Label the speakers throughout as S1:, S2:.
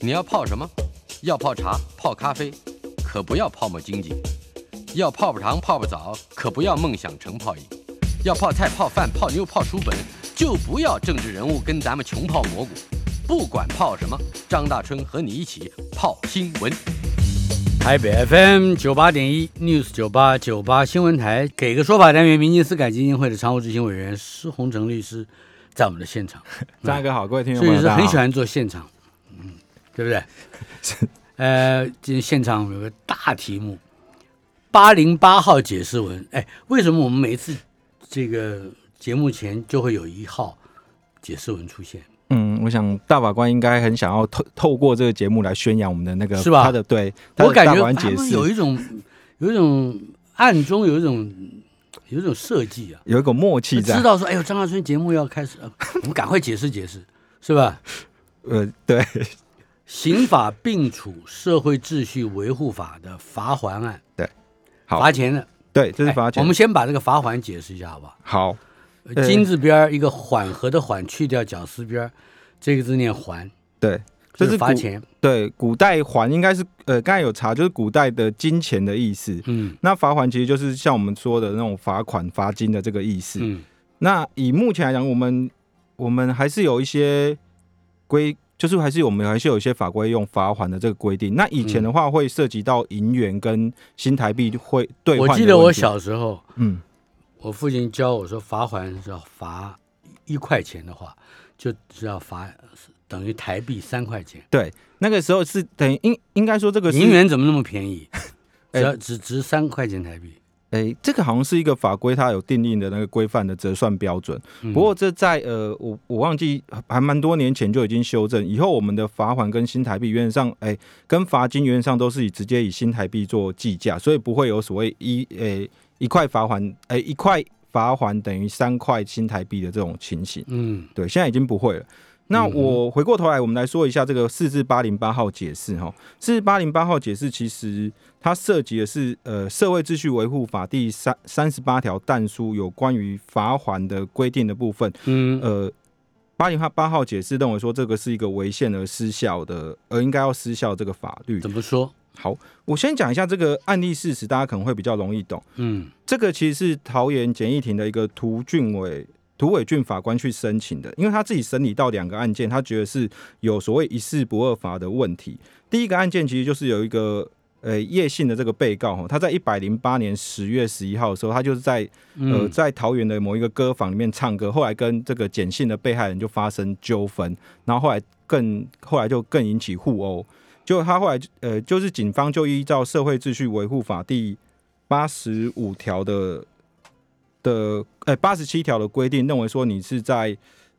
S1: 你要泡什么？要泡茶、泡咖啡，可不要泡沫经济；要泡泡糖、泡泡澡，可不要梦想成泡影；要泡菜、泡饭、泡妞、泡书本，就不要政治人物跟咱们穷泡蘑菇。不管泡什么，张大春和你一起泡新闻。
S2: 台北 FM 九八点一 News 九八九八新闻台给个说法单元，民进司改基金会的常务执行委员施洪成律师在我们的现场，
S3: 张大哥好，各位听众
S2: 所
S3: 朋
S2: 以
S3: 友
S2: 是
S3: 大家
S2: 很
S3: 好，
S2: 喜欢做现场，嗯，对不 对？呃，今天现场有个大题目，八零八号解释文。哎，为什么我们每一次这个节目前就会有一号解释文出现？
S3: 嗯，我想大法官应该很想要透透过这个节目来宣扬我们的那个
S2: 是吧
S3: 他的对，他
S2: 我
S3: 的
S2: 感
S3: 大
S2: 觉
S3: 法官
S2: 他
S3: 解
S2: 们
S3: 释
S2: 有一种有一种暗中有一种有一种设计啊。
S3: 有一个默契在
S2: 知，道说，哎呦，张大春节目要开始 了，我们赶快解释解释，是吧？
S3: 呃，对，
S2: 刑法并处社会秩序维护法的罚还案，
S3: 对，好
S2: 罚钱的，
S3: 对，这是
S2: 哎
S3: 罚钱。
S2: 我们先把这个罚还解释一下，好不好？
S3: 好，
S2: 呃
S3: 呃
S2: 金字边儿一个缓和的缓，去掉绞丝边儿，这个字念还，
S3: 对，这
S2: 就是是罚
S3: 古
S2: 钱。
S3: 对古代还应该是呃，刚才有查，就是古代的金钱的意思。
S2: 嗯
S3: 那罚还其实就是像我们说的那种罚款、罚金的这个意思。
S2: 嗯，
S3: 那以目前来讲，我们我们还是有一些规，就是还是我们还是有一些法规用罚款的这个规定。那以前的话，会涉及到银元跟新台币会兑换
S2: 我
S3: 的
S2: 记得我
S3: 问题，
S2: 小时候，
S3: 嗯，
S2: 我父亲教我说，罚还是要罚一块钱的话，就是要罚等于台币三块钱。
S3: 对，那个时候是等于应应该说这个是
S2: 银元怎么那么便宜？只
S3: 哎
S2: 要只值三块钱台币。
S3: 哎，这个好像是一个法规，它有定定的那个规范的折算标准。
S2: 嗯
S3: 不过这在呃，我我忘记还蛮多年前就已经修正。以后我们的罚款跟新台币原则上，哎，跟罚金原则上都是以直接以新台币做计价，所以不会有所谓一哎一块罚款，哎一块罚款等于三块新台币的这种情形。
S2: 嗯
S3: 对，现在已经不会了。那
S2: 嗯哼
S3: 我回过头来，我们来说一下这个四至八零八号解释哈。四至八零八号解释其实它涉及的是呃《社会秩序维护法》第三三十八条但书有关于罚款的规定的部分。
S2: 嗯
S3: 呃，八零八号解释认为说这个是一个违宪而失效的，而应该要失效这个法律
S2: 嗯怎。么说？
S3: 好，我先讲一下这个案例事实，大家可能会比较容易懂。
S2: 嗯
S3: 这个其实是桃园简易庭的一个涂俊伟、涂伟俊法官去申请的，因为他自己审理到两个案件，他觉得是有所谓一事不二法的问题。第一个案件其实就是有一个呃叶姓的这个被告哈，他在一百零八年十月十一号的时候，他就是在呃，
S2: 嗯
S3: 在桃园的某一个歌房里面唱歌，后来跟这个简姓的被害人就发生纠纷，然后后来更后来就更引起互殴，就他后来呃，就是警方就依照《社会秩序维护法》第八十五条的的呃八十七条的规定，认为说你是在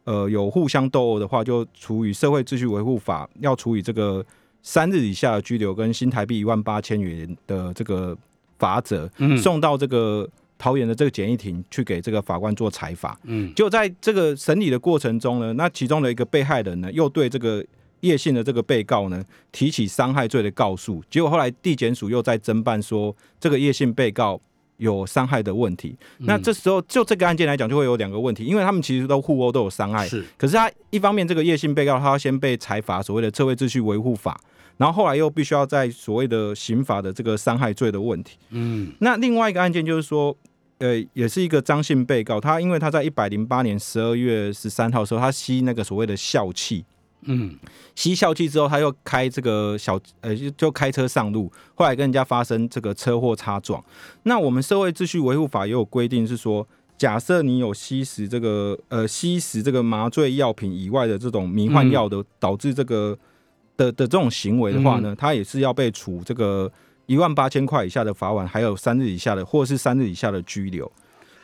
S3: 呃有互相斗殴的话，就处以《社会秩序维护法》要处以这个三日以下的拘留跟新台币一万八千元的这个罚则。
S2: 嗯
S3: 送到这个桃园的这个简易庭去给这个法官做裁罚。
S2: 嗯
S3: 就在这个审理的过程中呢，那其中的一个被害人呢，又对这个叶姓的这个被告呢提起伤害罪的告诉，结果后来地检署又在侦办说这个叶姓被告。有伤害的问题，
S2: 嗯
S3: 那这时候就这个案件来讲，就会有两个问题，因为他们其实都互殴都有伤害，
S2: 是
S3: 可是他一方面这个叶姓被告，他要先被裁罚所谓的社会秩序维护法，然后后来又必须要在所谓的刑法的这个伤害罪的问题。
S2: 嗯
S3: 那另外一个案件就是说，呃，也是一个张姓被告，他因为他在一百零八年十二月十三号的时候，他吸那个所谓的笑气，
S2: 嗯
S3: 吸笑气之后，他又开这个小呃就就开车上路，后来跟人家发生这个车祸擦撞。那我们社会秩序维护法也有规定是说。假设你有吸食这个呃吸食这个麻醉药品以外的这种迷幻药的、导致这个的的这种行为的话
S2: 嗯
S3: 呢，他也是要被处这个一万八千块以下的罚款，还有三日以下的或是三日以下的拘留。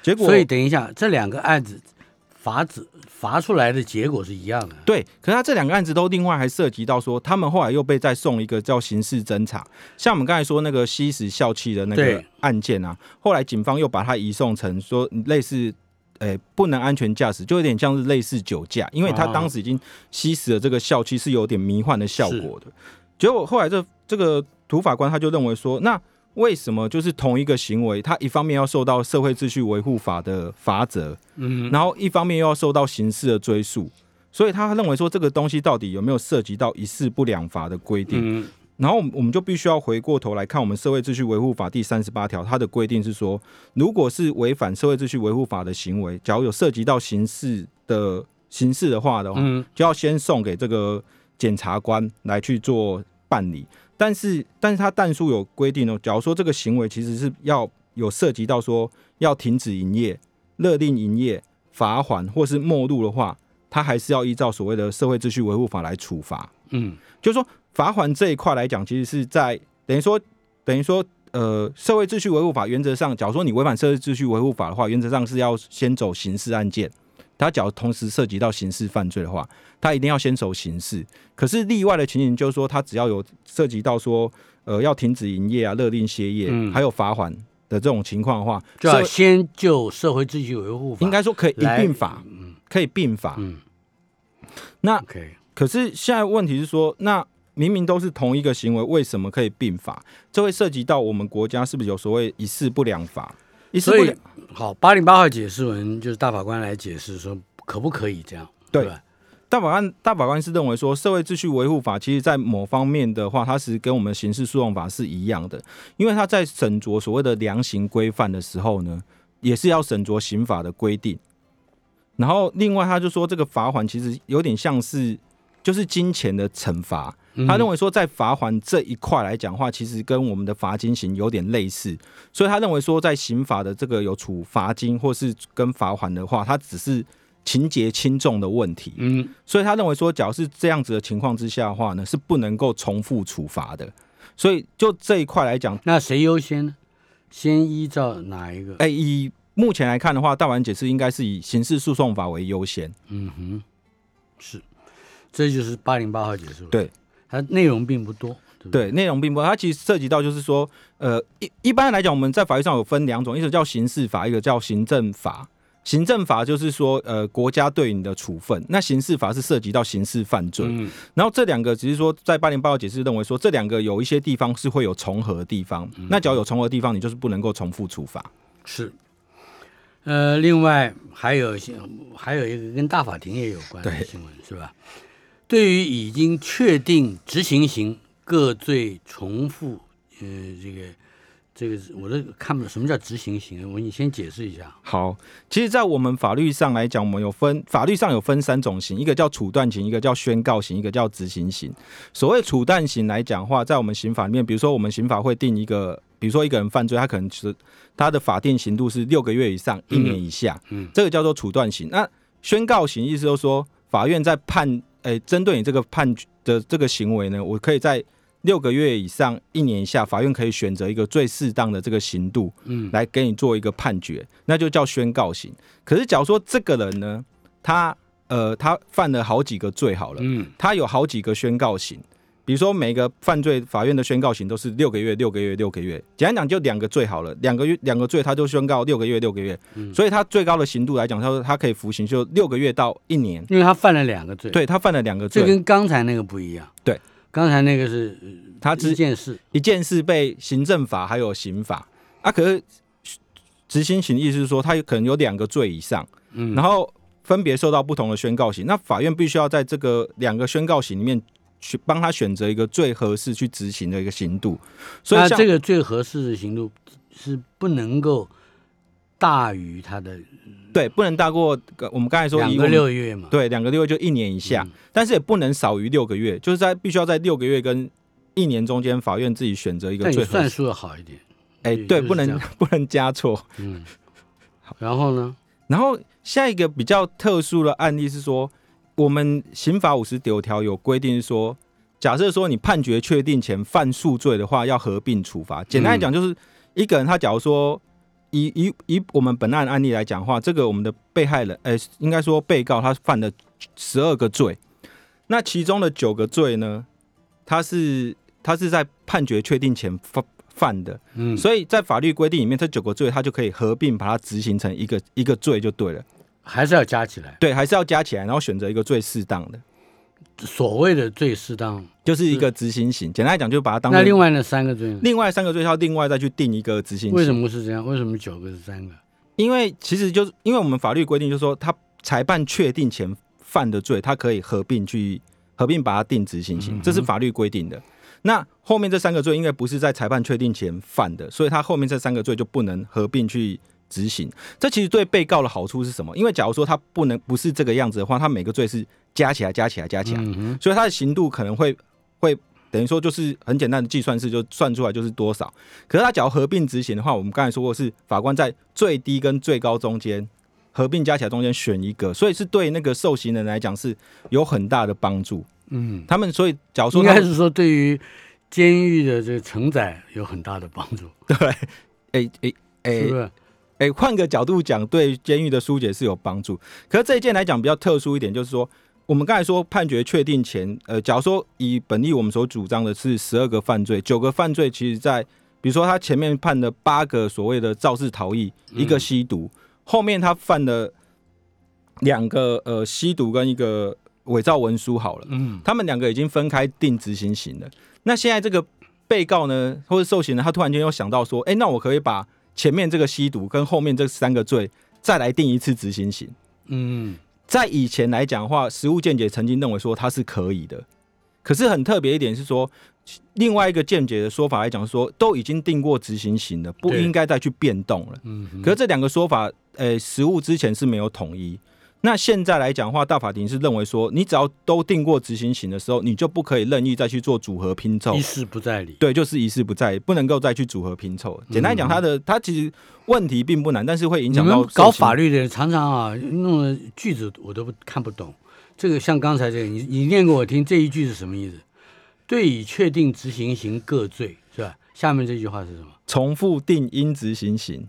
S3: 结果
S2: 所以等一下，这两个案子罚子罚出来的结果是一样的。
S3: 对，可是他这两个案子都另外还涉及到说，他们后来又被再送一个叫刑事侦查，像我们刚才说那个吸食笑气的那个
S2: 对
S3: 案件啊，后来警方又把它移送成说类似。诶、不能安全驾驶，就有点像是类似酒驾，因为他
S2: 啊
S3: 当时已经吸食了这个笑气，是有点迷幻的效
S2: 是
S3: 果的。结果后来这这个涂法官他就认为说，那为什么就是同一个行为，他一方面要受到社会秩序维护法的罚则，
S2: 嗯
S3: 然后一方面又要受到刑事的追诉，所以他认为说这个东西到底有没有涉及到一事不两罚的规定？
S2: 嗯
S3: 然后我们我们就必须要回过头来看我们《社会秩序维护法》第三十八条，它的规定是说，如果是违反《社会秩序维护法》的行为，假如有涉及到刑事的刑事的话的话，
S2: 嗯
S3: 就要先送给这个检察官来去做办理。但是，但是他但书有规定哦，假如说这个行为其实是要有涉及到说要停止营业、勒令营业、罚款或是没入的话，他还是要依照所谓的社会秩序维护法来处罚。
S2: 嗯
S3: 就是说罚款这一块来讲，其实是在等于说等于说呃社会秩序维护法原则上，假如说你违反社会秩序维护法的话，原则上是要先走刑事案件。他假如同时涉及到刑事犯罪的话，他一定要先走刑事。可是例外的情形就是说，他只要有涉及到说呃要停止营业啊、勒令歇业，
S2: 嗯
S3: 还有罚款的这种情况的话，
S2: 就要
S3: 社
S2: 先就社会秩序维护法，
S3: 应该说可以一
S2: 来
S3: 并罚，
S2: 嗯
S3: 可以并罚。
S2: 嗯
S3: 那
S2: OK，
S3: 可是现在问题是说，那明明都是同一个行为，为什么可以并罚？这会涉及到我们国家是不是有所谓一事不良法？一事
S2: 所
S3: 不
S2: 以
S3: 良，
S2: 好，八零八号解释文就是大法官来解释说可不可以这样，
S3: 对
S2: 吧？
S3: 大法官大法官是认为说，社会秩序维护法其实在某方面的话，它是跟我们刑事诉讼法是一样的，因为它在审酌所谓的量刑规范的时候呢，也是要审酌刑法的规定。然后另外他就说，这个罚款其实有点像是就是金钱的惩罚，
S2: 嗯
S3: 他认为说，在罚款这一块来讲的话，其实跟我们的罚金刑有点类似，所以他认为说，在刑法的这个有处罚金或是跟罚款的话，它只是情节轻重的问题。
S2: 嗯
S3: 所以他认为说，假如是这样子的情况之下的话呢，是不能够重复处罚的。所以就这一块来讲，
S2: 那谁优先呢？先依照哪一个？
S3: 哎，以目前来看的话，大完解释应该是以刑事诉讼法为优先。
S2: 嗯哼，是，这就是八零八号解释文，
S3: 对，
S2: 它内容并不多，对不对？
S3: 对，内容并不，它其实涉及到就是说，呃，一一般来讲，我们在法律上有分两种，一种叫刑事法，一个叫行政法。行政法就是说，呃，国家对你的处分。那刑事法是涉及到刑事犯罪，
S2: 嗯
S3: 然后这两个只是说，在八零八号解释认为说，这两个有一些地方是会有重合的地方。那只要有重合的地方，你就是不能够重复处罚。
S2: 是。呃，另外还有一些，还有一个跟大法庭也有关的
S3: 对
S2: 新闻是吧？对于已经确定执行刑各罪重复，呃，这个这个我都看不懂什么叫执行刑，我你先解释一下。
S3: 好，其实，在我们法律上来讲，我们有分法律上有分三种刑，一个叫处断刑，一个叫宣告刑，一个叫执行刑。所谓处断刑来讲的话，在我们刑法里面，比如说我们刑法会定一个，比如说一个人犯罪，他可能是他的法定刑度是六个月以上一年以下，
S2: 嗯
S3: 这个叫做处断刑。那宣告刑意思就是说，法院在判，诶、针对你这个判决的这个行为呢，我可以在六个月以上一年以下，法院可以选择一个最适当的这个刑度，
S2: 嗯
S3: 来给你做一个判决，那就叫宣告刑。可是，假如说这个人呢，他呃，他犯了好几个罪好了，
S2: 嗯
S3: 他有好几个宣告刑，比如说每个犯罪法院的宣告刑都是六个月、六个月、六个月，简单讲就两个罪好了，两个月两个罪他就宣告六个月、六个月，所以他最高的刑度来讲，他说他可以服刑就六个月到一年。
S2: 因为他犯了两个罪，，
S3: 对他犯了两个
S2: 这
S3: 罪，
S2: 跟刚才那个不一样。
S3: 对，
S2: 刚才那个是呃
S3: 他之
S2: 一件事，
S3: 一件事被行政法还有刑法啊，可是执行刑意思是说他有可能有两个罪以上。
S2: 嗯
S3: 然后分别受到不同的宣告刑。那法院必须要在这个两个宣告刑里面去帮他选择一个最合适去执行的一个刑度。所以
S2: 那
S3: 像
S2: 这个最合适的刑度是不能够大于他的
S3: 对不能大过呃我们刚才说
S2: 两
S3: 以
S2: 个
S3: 我们
S2: 六月嘛。
S3: 对两个六月就一年以下，
S2: 嗯
S3: 但是也不能少于六个月，就是在必须要在六个月跟一年中间，法院自己选择一个
S2: 但你
S3: 最合
S2: 算
S3: 适。
S2: 数要好一点。
S3: 哎，
S2: 也
S3: 对，
S2: 就是
S3: 不
S2: 这
S3: 能
S2: 样
S3: 不能加错。
S2: 嗯， 然后呢？
S3: 然后下一个比较特殊的案例是说，我们刑法五十九条有规定是说，假设说你判决确定前犯数罪的话，要合并处罚。简单来讲，就是一个人他假如说以以以我们本案案例来讲的话，这个我们的被害人，呃，应该说被告他犯了十二个罪，那其中的九个罪呢，他是他是在判决确定前犯犯的，
S2: 嗯，
S3: 所以在法律规定里面，这九个罪它就可以合并把它执行成一个一个罪就对了。
S2: 还是要加起来。
S3: 对，还是要加起来，然后选择一个最适当的，
S2: 所谓的最适当。
S3: 就是一个执行刑。简单来讲，就把它当
S2: 那
S3: 成
S2: 另外那三个罪呢？
S3: 另外三个罪，它另外再去定一个执行刑。
S2: 为什？么是这样？为什么九个是三个？
S3: 因为其实就是因为我们法律规定，就是说他裁判确定前犯的罪，他可以合并去合并把它定执行刑，这是法律规定的。那后面这三个罪因为不是在裁判确定前犯的，所以他后面这三个罪就不能合并去执行。这其实对被告的好处是什么？因为假如说他不能不是这个样子的话，他每个罪是加起来、加起来、加起来，
S2: 嗯
S3: 所以他的刑度可能会会等于说就是很简单的计算式，就算出来就是多少。可是他假如合并执行的话，我们刚才说过是法官在最低跟最高中间合并加起来中间选一个，所以是对那个受刑人来讲是有很大的帮助。
S2: 嗯，
S3: 他们所以假如说
S2: 应
S3: 他
S2: 该
S3: 们
S2: 是说对于监狱的这个承载有很大的帮助，
S3: 诶诶诶
S2: 是不是？
S3: 诶，换个角度讲，对监狱的疏解是有帮助。可是这一件来讲比较特殊一点，就是说，我们刚才说判决确定前，呃，假如说以本例我们所主张的是十二个犯罪，九个犯罪其实在，比如说他前面判了八个所谓的肇事逃逸，一
S2: 嗯
S3: 个吸毒，后面他犯了两个呃吸毒跟一个伪造文书，好了，
S2: 嗯，
S3: 他们两个已经分开定执行刑了。那现在这个被告呢，或者受刑人，他突然间又想到说，哎、那我可以把前面这个吸毒跟后面这三个罪再来定一次执行刑。
S2: 嗯，
S3: 在以前来讲的话，实务见解曾经认为说它是可以的，可是很特别一点是说，另外一个见解的说法来讲说，都已经定过执行刑了，不
S2: 对
S3: 应该再去变动了。
S2: 嗯
S3: 可是这两个说法，呃，实务之前是没有统一。那现在来讲的话，大法庭是认为说，你只要都定过执行刑的时候，你就不可以任意再去做组合拼凑
S2: 一。事不在理，
S3: 对，就是一事不再，不能够再去组合拼凑。
S2: 嗯
S3: 简单来讲，它的它其实问题并不难，但是会影
S2: 你
S3: 响到
S2: 们搞
S3: 受刑
S2: 法律的人常常啊，弄的句子我都不看不懂。这个像刚才这个，你你念给我听，这一句是什么意思？对已确定执行刑各罪是吧？下面这句话是什么？
S3: 重复定应执行刑。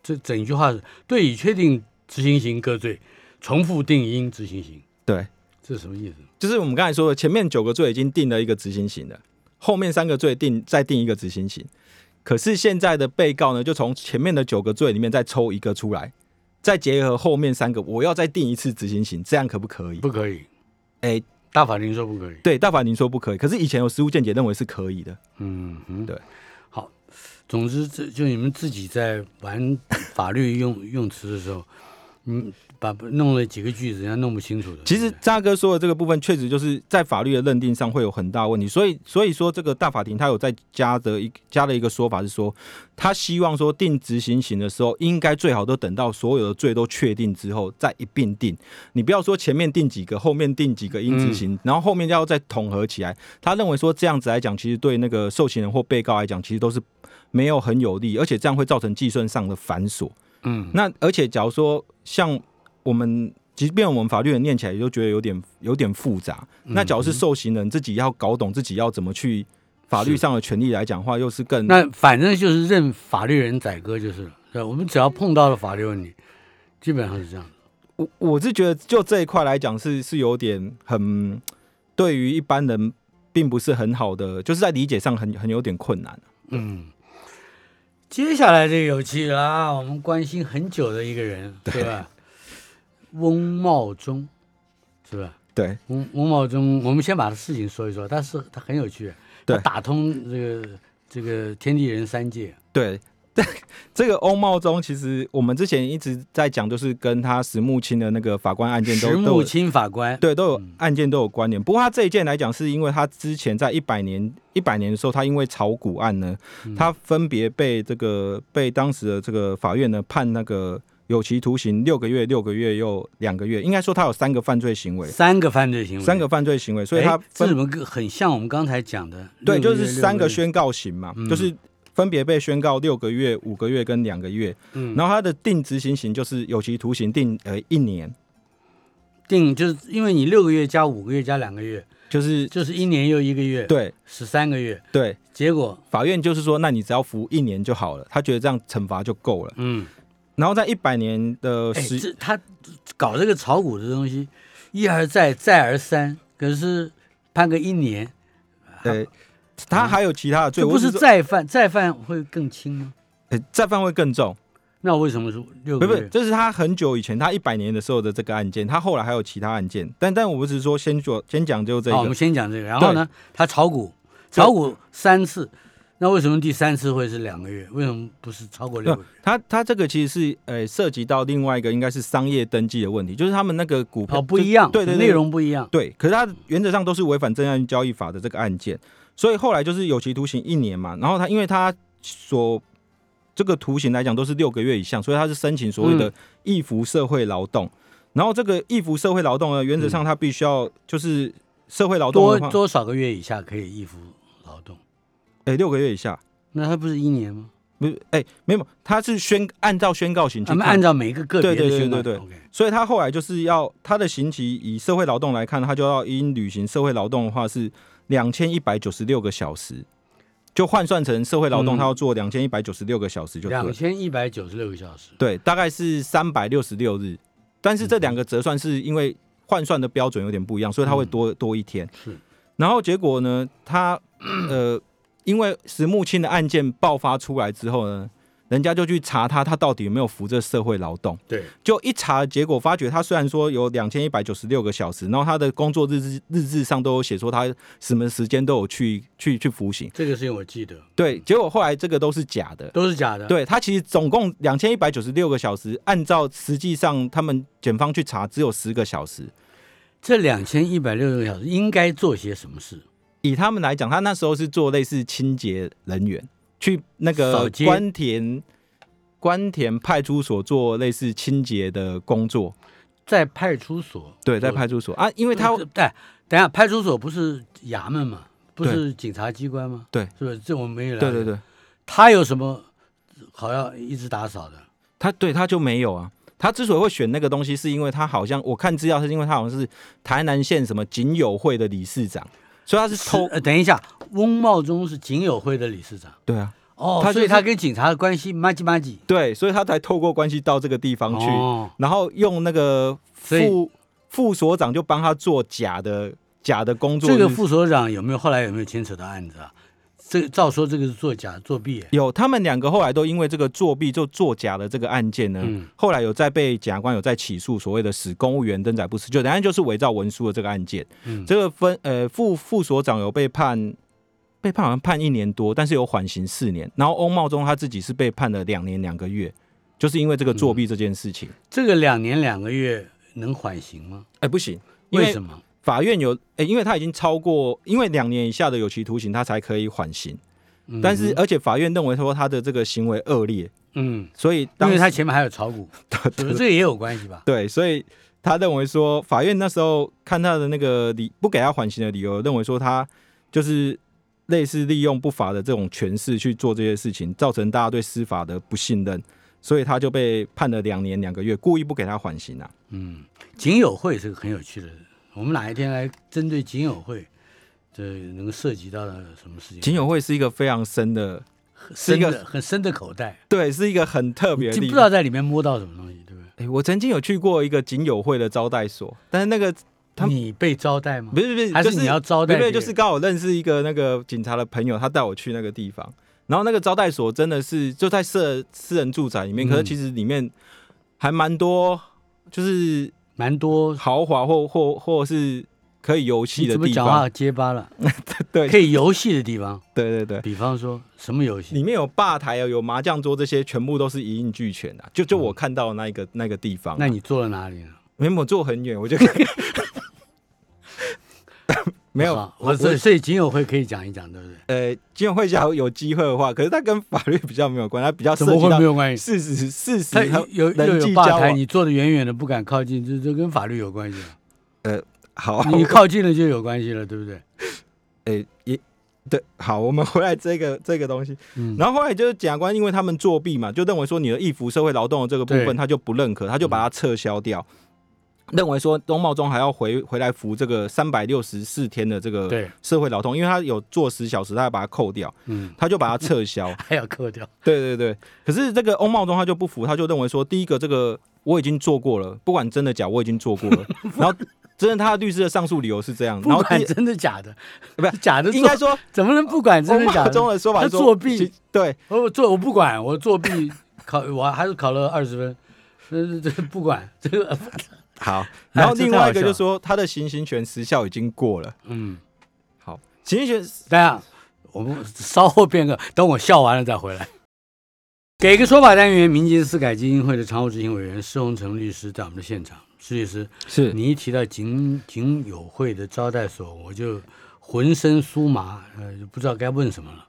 S2: 这整句话是对已确定执行刑各罪，重复定应执行刑，
S3: 对，
S2: 这是什么意思？
S3: 就是我们刚才说的，前面九个罪已经定了一个执行刑了，后面三个罪定再定一个执行刑。可是现在的被告呢，就从前面的九个罪里面再抽一个出来，再结合后面三个，我要再定一次执行刑，这样可不可以？
S2: 不可以，
S3: 哎，
S2: 大法庭说不可以。
S3: 对，大法庭说不可以，可是以前有实务见解认为是可以的。
S2: 嗯哼，
S3: 对。
S2: 好，总之这就你们自己在玩法律用用词的时候，嗯，把弄了几个句子，人家弄不清楚的。
S3: 其实
S2: 对不对
S3: 渣哥说的这个部分，确实就是在法律的认定上会有很大问题，所以所以说这个大法庭他有在加的一加的一个说法是说，他希望说定执行刑的时候，应该最好都等到所有的罪都确定之后再一并定，你不要说前面定几个，后面定几个应执行，然后后面要再统合起来。他认为说这样子来讲，其实对那个受刑人或被告来讲，其实都是没有很有利，而且这样会造成计算上的繁琐。
S2: 嗯，
S3: 那而且假如说像我们，即便我们法律人念起来，也都觉得有点有点复杂。
S2: 嗯
S3: 那假如是受刑人自己要搞懂自己要怎么去法律
S2: 是
S3: 上的权利来讲的话，又是更
S2: 那反正就是任法律人宰割就是了。对，我们只要碰到了法律问题，基本上是这样。
S3: 我我是觉得就这一块来讲是是有点很对于一般人并不是很好的，就是在理解上很很有点困难。啊
S2: 嗯，接下来这有趣了啊，我们关心很久的一个人，对吧？翁茂忠，是吧？
S3: 对，
S2: 翁翁茂忠，我们先把事情说一说，但是他很有趣，他
S3: 对
S2: 打通这个这个天地人三界，
S3: 对， 这这个翁茂忠，其实我们之前一直在讲，就是跟他石木清的那个法官案件都
S2: 石
S3: 都
S2: 木
S3: 有
S2: 清法官，
S3: 对，都有案件都有关联。不过他这一件来讲，是因为他之前在一百年一百年的时候，他因为炒股案呢，
S2: 嗯
S3: 他分别被这个被当时的这个法院呢判那个有期徒刑六个月、六个月又两个月，应该说他有三个犯罪行为，
S2: 三个犯罪行为，
S3: 三个犯罪行为，所以他
S2: 哎这
S3: 分
S2: 怎么跟很像我们刚才讲的？
S3: 对，
S2: 六
S3: 就
S2: 月
S3: 是三个，
S2: 六
S3: 宣告刑嘛，
S2: 嗯
S3: 就是分别被宣告六个月、五个月跟两个月，
S2: 嗯
S3: 然后他的定执行刑就是有期徒刑定呃一年，
S2: 月定就是因为你六个月加五个月加两个月，
S3: 就是
S2: 就是一年又一个月，，
S3: 对
S2: 十三个月，
S3: 对，
S2: 结果
S3: 法院就是说，那你只要服一年就好了，他觉得这样惩罚就够了。
S2: 嗯，
S3: 然后在一百年的
S2: 哎，
S3: 呃十，
S2: 这他搞这个炒股的东西，一而再再而三，可是判个一年。
S3: 呃，他还有其他的
S2: 哎
S3: 罪，
S2: 这不
S3: 我只
S2: 是
S3: 说
S2: 再犯，再犯会更轻吗？
S3: 呃再犯会更重，
S2: 那为什么是六
S3: 不
S2: 个
S3: 是
S2: 月？
S3: 不是，这是他很久以前，他一百年的时候的这个案件，他后来还有其他案件，但但我只是说先说先讲就这
S2: 好，我
S3: 个
S2: 们，先讲这个，然后呢，他炒股，
S3: 对
S2: 炒股三次，那为什么第三次会是两个月？为什么不是超过六个月？
S3: 它它这个其实是呃涉及到另外一个应该是商业登记的问题，就是他们那个股票
S2: 哦，不
S3: 就
S2: 一样，
S3: 对对对
S2: 内容不一样。
S3: 对，可是它原则上都是违反证券交易法的这个案件，所以后来就是有期徒刑一年嘛。然后他因为他所这个徒刑来讲都是六个月以上，所以他是申请所谓
S2: 嗯
S3: 的易服社会劳动。然后这个易服社会劳动呢，原则上他必须要就是社会劳动
S2: 多
S3: 的话，
S2: 多少个月以下可以易服劳动？
S3: 哎，六个月以下。
S2: 那他不是一年吗？
S3: 不是，哎、没有，他是宣按照宣告刑去
S2: 咱们
S3: 看，
S2: 啊按照每一个个别
S3: 对
S2: 的
S3: 对
S2: 宣
S3: 对
S2: 判。
S3: 对
S2: o k
S3: 所以他后来就是要他的刑期以社会劳动来看，他就要因履行社会劳动的话是两千一百九十六个小时，就换算成社会劳动，
S2: 嗯
S3: 他要做两千一百九十六个小时就对
S2: 两
S3: 了，
S2: 千一百九十六个小时。
S3: 对，大概是三百六十六日。但是这两个折算是因为换算的标准有点不一样，所以他会多多一天。
S2: 嗯是，
S3: 然后结果呢， 他呃，因为石木青的案件爆发出来之后呢，人家就去查他，他到底有没有服这社会劳动。
S2: 对，
S3: 就一查结果，发觉他虽然说有两千一百九十六个小时，然后他的工作日志日志上都有写说他什么时间都有去去去服刑，
S2: 这个事情我记得
S3: 对，结果后来这个都是假的。
S2: 都是假的。，
S3: 对他其实总共两千一百九十六个小时，按照实际上他们检方去查只有十个小时。
S2: 这两千一百六十个小时应该做些什么事？
S3: 以他们来讲，他那时候是做类似清洁人员，去那
S2: 扫
S3: 个
S2: 街
S3: 关田关田派出所做类似清洁的工作。
S2: 在派出所，
S3: 对，在派出所啊，因为他
S2: 这哎，等一下，派出所不是衙门嘛，不
S3: 对
S2: 是警察机关吗？
S3: 对
S2: 是不是？这我没有了解。
S3: 对对，对，
S2: 他有什么好要一直打扫的？
S3: 他对他就没有啊。他之所以会选那个东西，是因为他好像我看资料是因为他好像是台南县什么警友会的理事长，所以他是
S2: 是
S3: 偷
S2: 呃，等一下，翁茂忠是警友会的理事长
S3: 对啊
S2: 哦，
S3: 他就是
S2: 所以他跟警察的关系麻吉麻吉
S3: 对，所以他才透过关系到这个地方去，
S2: 哦，
S3: 然后用那个
S2: 所以
S3: 副副所长就帮他做假的假的工作日
S2: 这
S3: 志，
S2: 个副所长有没有后来有没有牵扯到案子啊？这个照说这个是作假作弊啊耶，
S3: 有，他们两个后来都因为这个作弊就作假的这个案件呢，
S2: 嗯
S3: 后来有在被检察官有在起诉所谓的使公务员登载不实，就等下就是伪造文书的这个案件。
S2: 嗯
S3: 这个分呃副副所长有被判被判好像判一年多，但是有缓刑四年。然后翁茂忠他自己是被判了两年两个月，就是因为这个作弊这件事情。
S2: 这个两年两个月能缓刑吗？
S3: 哎、不行，因
S2: 为
S3: 为
S2: 什么？
S3: 法院有哎、因为他已经超过，因为两年以下的有期徒刑他才可以缓刑，
S2: 嗯
S3: 但是而呃且法院认为说他的这个行为恶劣，
S2: 嗯，
S3: 所以
S2: 因
S3: 当
S2: 为
S3: 时
S2: 他前面还有炒股，是不是这个也有关系吧？
S3: 对，所以他认为说，法院那时候看他的那个理不给他缓刑的理由，认为说他就是类似利用不法的这种权势去做这些事情，造成大家对司法的不信任，所以他就被判了两年两个月，故意不给他缓刑啊。
S2: 嗯，警友会是个很有趣的，我们哪一天来针对警友会，这能够涉及到的什么事情？
S3: 警友会是一个非常深的，
S2: 很
S3: 是
S2: 深
S3: 一个
S2: 的很深的口袋，
S3: 对，是一个很特别的
S2: 就不
S3: 例
S2: 知
S3: 子
S2: 道。在里面摸到什么东西，对不对？
S3: 哎，我曾经有去过一个警友会的招待所，但是那个他们
S2: 你被招待吗？
S3: 不是不是，
S2: 还
S3: 就是
S2: 你要招待
S3: 对对，
S2: 别
S3: 就
S2: 人
S3: 是刚好认识一个那个警察的朋友，他带我去那个地方，然后那个招待所真的是就在私私人住宅里面，
S2: 嗯
S3: 可是其实里面还蛮多就是
S2: 蛮多，
S3: 豪华或或或是可以游戏
S2: 你
S3: 的
S2: 怎么
S3: 地
S2: 讲
S3: 方
S2: 话，结巴了？
S3: 对
S2: 可以游戏的地方，
S3: 对对对，
S2: 比方说什么游戏？
S3: 里面有吧台啊，有麻将桌，这些全部都是一应俱全的、啊就就我看到的那一个那个地方、
S2: 那你坐了哪里呢？
S3: 没有我坐很远，我就看 没有
S2: 是吧，我所以所以警友会可以讲一讲，对不对？
S3: 呃，金融会假如有机会的话，可是它跟法律比较没有关，它比啊
S2: 怎
S3: 较涉
S2: 么
S3: 及
S2: 会
S3: 到
S2: 没有关系？
S3: 事实事实
S2: 他
S3: 它
S2: 有又
S3: 人
S2: 有
S3: 际
S2: 吧
S3: 交
S2: 台，
S3: 往
S2: 你坐的远远的不敢靠近，这这跟法律有关系啊。
S3: 好，
S2: 你
S3: 我
S2: 靠近了就有关系了，对不对？
S3: 呃也对，好，我们回来这个这个东西，
S2: 嗯，
S3: 然后后来就是检察官因为他们作弊嘛，就认为说你的义服社会劳动的这个部
S2: 对嗯
S3: 分他就不认可，他就把它撤销掉。认为说翁茂忠还要回回来服这个三百六十四天的这个
S2: 对，
S3: 社会劳动，因为他有做十小时，他还把它扣掉，
S2: 嗯，
S3: 他就把它 撤销。
S2: 还要扣掉。
S3: 对对对，可是这个翁茂忠他就不服，他就认为说，第一个这个我已经做过了，不管真的假，我已经 做过了。然后，真的他的律师的上诉理由是这样，然
S2: 不
S3: 后
S2: 管
S3: 第
S2: 真的假的，
S3: 不是
S2: 假的做，
S3: 应该说
S2: 怎么能不管真
S3: 翁
S2: 的假
S3: 茂
S2: 的？
S3: 忠的说法是
S2: 他
S3: 说
S2: 作弊
S3: 其，对
S2: 我我做我不管，我作弊考我还是考了二十分，这这这不管这个，
S3: 好。然后
S2: 这
S3: 另
S2: 太好
S3: 外一个
S2: 笑
S3: 就
S2: 了
S3: 说他的行刑权时效已经过了，
S2: 嗯，
S3: 好，行刑权
S2: 这样。我们稍后变个，等我笑完了再回来。给个说法单元，民间司改基金会的常务执行委员施洪成律师在我们的现场。施律师，
S4: 是
S2: 你一提到警警友会的招待所，我就浑身酥麻，呃，就不知道该问什么了。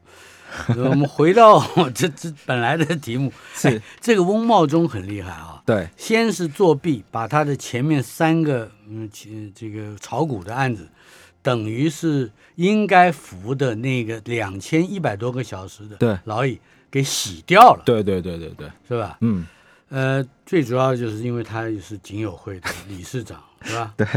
S2: 我们回到 这这本来的题目，
S3: 是
S2: 哎这个翁茂忠很厉害啊，
S4: 对，
S2: 先是作弊，把他的前面三个嗯其这个炒股的案子，等于是应该服的那个两千一百多个小时的
S3: 对
S2: 劳役给洗掉了，
S4: 对对对对对，
S2: 是吧？
S3: 嗯，
S2: 呃，最主要就是因为他也是警友会的理事 长，是吧？
S3: 对。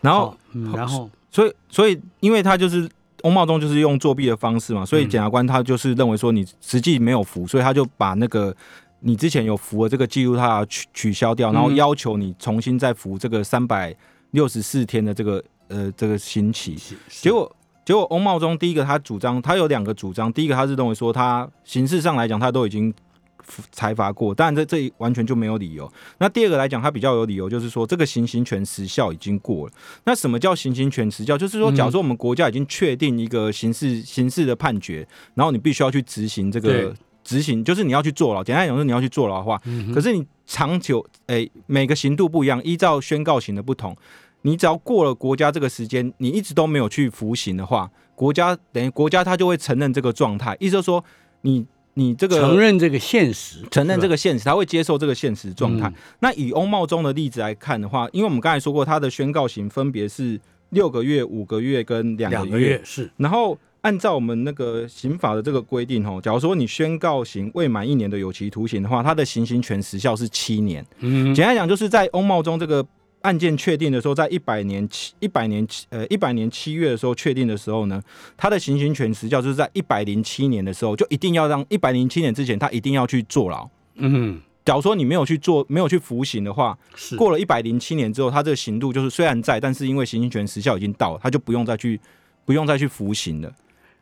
S3: 然后
S2: 好，嗯，然后
S3: 所以，所以，因为他就是翁茂忠，就是用作弊的方式嘛，所以
S2: 嗯
S3: 检察官他就是认为说你实际没有服，所以他就把那个你之前有服的这个记录，他取取消掉，然后
S2: 嗯
S3: 要求你重新再服这个三百六十四天的这个呃这个刑期。
S2: 是是
S3: 结果，结果翁茂忠第一个他主张，他有两个主张，第一个他是认为说他刑事上来讲他都已经服裁罚过，当然这这完全就没有理由。那第二个来讲，他比较有理由，就是说这个行刑权时效已经过了。那什么叫行刑权时效？就是
S2: 嗯
S3: 说，假如说我们国家已经确定一个刑事刑事的判决，然后你必须要去执行这
S2: 对嗯
S3: 个执行，就是你要去坐牢。简单来讲，就是你要去坐牢的话，可是你长久诶、每个刑度不一样，依照宣告刑的不同，你只要过了国家这个时间，你一直都没有去服刑的话，国家等于国家他就会承认这个状态，意思就是说你你这个
S2: 承认这个现实，
S3: 承认这
S2: 是吧
S3: 个现实，他会接受这个现实状态。
S2: 嗯
S3: 那以翁茂忠的例子来看的话，因为我们刚才说过，他的宣告刑分别是六个月、五个月跟两
S2: 两
S3: 个
S2: 个月是
S3: 然后按照我们那个刑法的这个规定哦，假如说你宣告刑未满一年的有期徒刑的话，他的行刑权时效是七年。
S2: 嗯
S3: 简单讲，就是在翁茂忠这个案件确定的时候，在一百年七一百年七呃一百年七月的时候确定的时候呢，他的行刑权时效就是在一百零七年的时候，就一定要让一百零七年之前他一定要去坐牢。
S2: 嗯
S3: 假如说你没有去做，没有去服刑的话，
S2: 是
S3: 过了一百零七年之后，他这个刑度就是虽然在，但是因为行刑权时效已经到了，他就不用再去不用再去服刑了。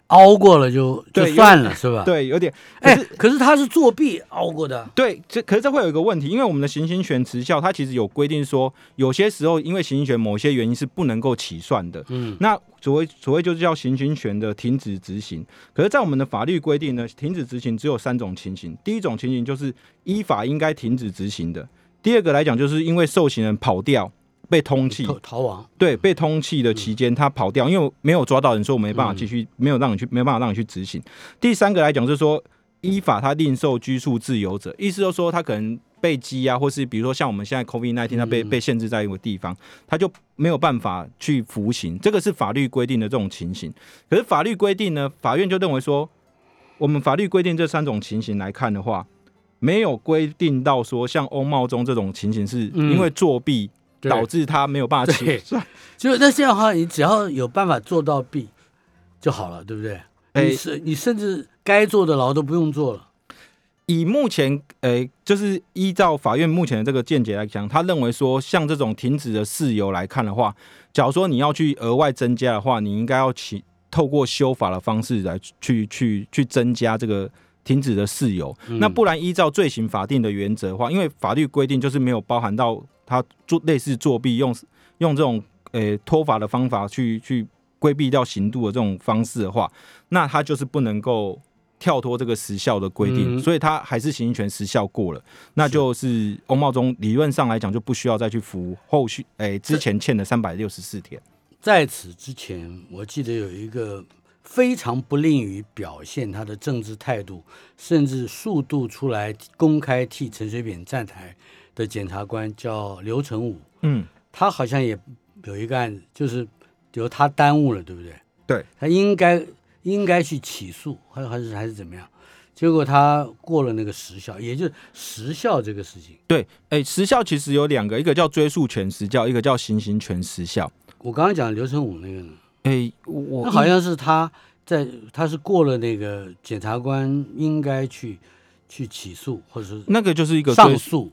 S2: 熬过了就就
S3: 对
S2: 算了是吧？，
S3: 对，有点，可
S2: 哎
S3: 是，
S2: 可是他是作弊熬过的，
S3: 对，这可是这会有一个问题，因为我们的行刑权时效，它其实有规定说，有些时候因为行刑权某些原因是不能够起算的。
S2: 嗯，
S3: 那所谓所谓就是叫行刑权的停止执行，可是，在我们的法律规定呢，停止执行只有三种情形。第一种情形就是依法应该停止执行的；第二个来讲，就是因为受刑人跑掉被通缉，
S2: 逃逃亡，
S3: 对，被通
S2: 嗯
S3: 缉的期间他跑掉，因为没有抓到人，所以我没办法继续，没有让你去，没办法让你去执行。第三个来讲，就是说依法他另受拘束自由者，意思就是说他可能被羁啊，或是比如说像我们现在 COVID 1 9他被、
S2: 嗯
S3: 被限制在一个地方，他就没有办法去服刑，这个是法律规定的这种情形。可是法律规定呢，法院就认为说，我们法律规定这三种情形来看的话。没有规定到说像翁茂忠这种情形是
S2: 嗯
S3: 因为作弊
S2: 对
S3: 导致他没有办法
S2: 对
S3: 起算，
S2: 就那这样的话，你只要有办法做到弊就好了，对不对？
S3: 哎
S2: 你是你甚至该坐的牢都不用坐了，
S3: 以目前，诶、就是依照法院目前的这个见解来讲，他认为说，像这种停止的事由来看的话，假如说你要去额外增加的话，你应该要起透过修法的方式来去去去增加这个停止的事由。那不然依照罪行法定的原则的话，因为法律规定就是没有包含到他做类似作弊用用这种诶、脱法的方法去去规避掉刑度的这种方式的话，那他就是不能够。跳脱这个时效的规定，
S2: 嗯
S3: 所以他还是行权时效过了，那就是翁茂忠理论上来讲就不需要再去服后续诶、之前欠的三百六十四天。
S2: 在此之前，我记得有一个非常不利于表现他的政治态度，甚至数度出来公开替陈水扁站台的检察官叫刘成武，
S3: 嗯，
S2: 他好像也有一个案子，就是由他耽误了，对不对？
S3: 对，
S2: 他应该应该去起诉，还还是还是怎么样？结果他过了那个时效，也就是时效这个事情。
S3: 对，哎、时效其实有两个，一个叫追诉权时效，一个叫行刑权时效。
S2: 我刚刚讲刘成武那个呢，
S3: 哎、我
S2: 那好像是他在，他是过了那个检察官应该去去起诉，或者是
S3: 那个就是一个
S2: 上
S3: 追
S2: 诉，嗯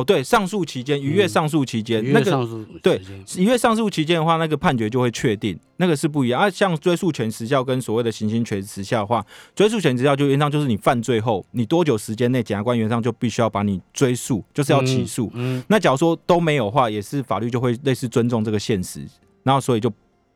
S3: 哦，对，上诉期间逾越上诉期间、
S2: 逾
S3: 那
S2: 越
S3: 个
S2: 上诉时
S3: 对
S2: 间。
S3: 逾越上诉期间的话，那个判决就会确定，那个是不一样。啊，像追诉权时效跟所谓的行刑权时效的话，追诉权时效就原上就是你犯罪后，你多久时间内检察官原上就必须要把你追诉，就是要起诉。
S2: 嗯，
S3: 那假如说都没有的话，也是法律就会类似尊重这个现实，然后所以就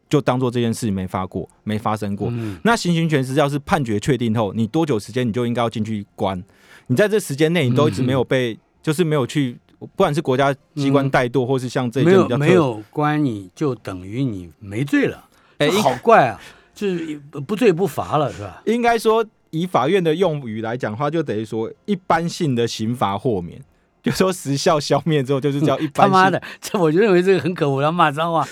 S3: 就当做这件事没发过，没发生过。
S2: 嗯
S3: 那行刑权是要是判决确定后，你多久时间你就应该要进去关？你在这时间内，你都一直没有
S2: 嗯
S3: 被，就是没有去，不管是国家机关怠惰，或是像这一
S2: 没
S3: 件
S2: 有
S3: 比较特
S2: 没，有关你就等于你没罪了，
S3: 哎
S2: 这
S3: 一
S2: 好怪啊，就是不罪不罚了是吧？
S3: 应该说以法院的用语来讲的话，就等于说一般性的刑罚豁免，就说时效消灭之后，就是叫一
S2: 他
S3: 般性。
S2: 妈的，这我就认为这个很可恶，我要骂脏话，